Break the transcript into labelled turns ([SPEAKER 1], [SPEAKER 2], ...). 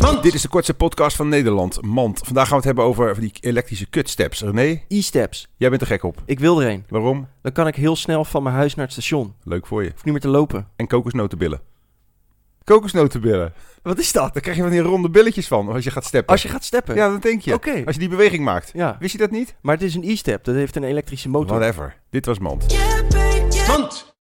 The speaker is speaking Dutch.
[SPEAKER 1] Man, dit is de kortste podcast van Nederland. Mand. Vandaag gaan we het hebben over die elektrische kutsteps. René,
[SPEAKER 2] E-steps.
[SPEAKER 1] jij bent er gek op.
[SPEAKER 2] Ik wil er een.
[SPEAKER 1] Waarom?
[SPEAKER 2] Dan kan ik heel snel van mijn huis naar het station. Ik
[SPEAKER 1] Leuk voor je.
[SPEAKER 2] hoef niet meer te lopen.
[SPEAKER 1] En kokosnotenbillen. Kokosnotenbillen.
[SPEAKER 2] Wat is dat?
[SPEAKER 1] Daar krijg je van die ronde billetjes van als je gaat steppen.
[SPEAKER 2] Als je gaat steppen.
[SPEAKER 1] Ja, dat denk je.
[SPEAKER 2] Oké.
[SPEAKER 1] Als je die beweging maakt.
[SPEAKER 2] Ja. Oh,
[SPEAKER 1] Wist je dat niet?
[SPEAKER 2] Maar het is een e-step. Dat heeft een elektrische motor.
[SPEAKER 1] Whatever. Dit was Mand.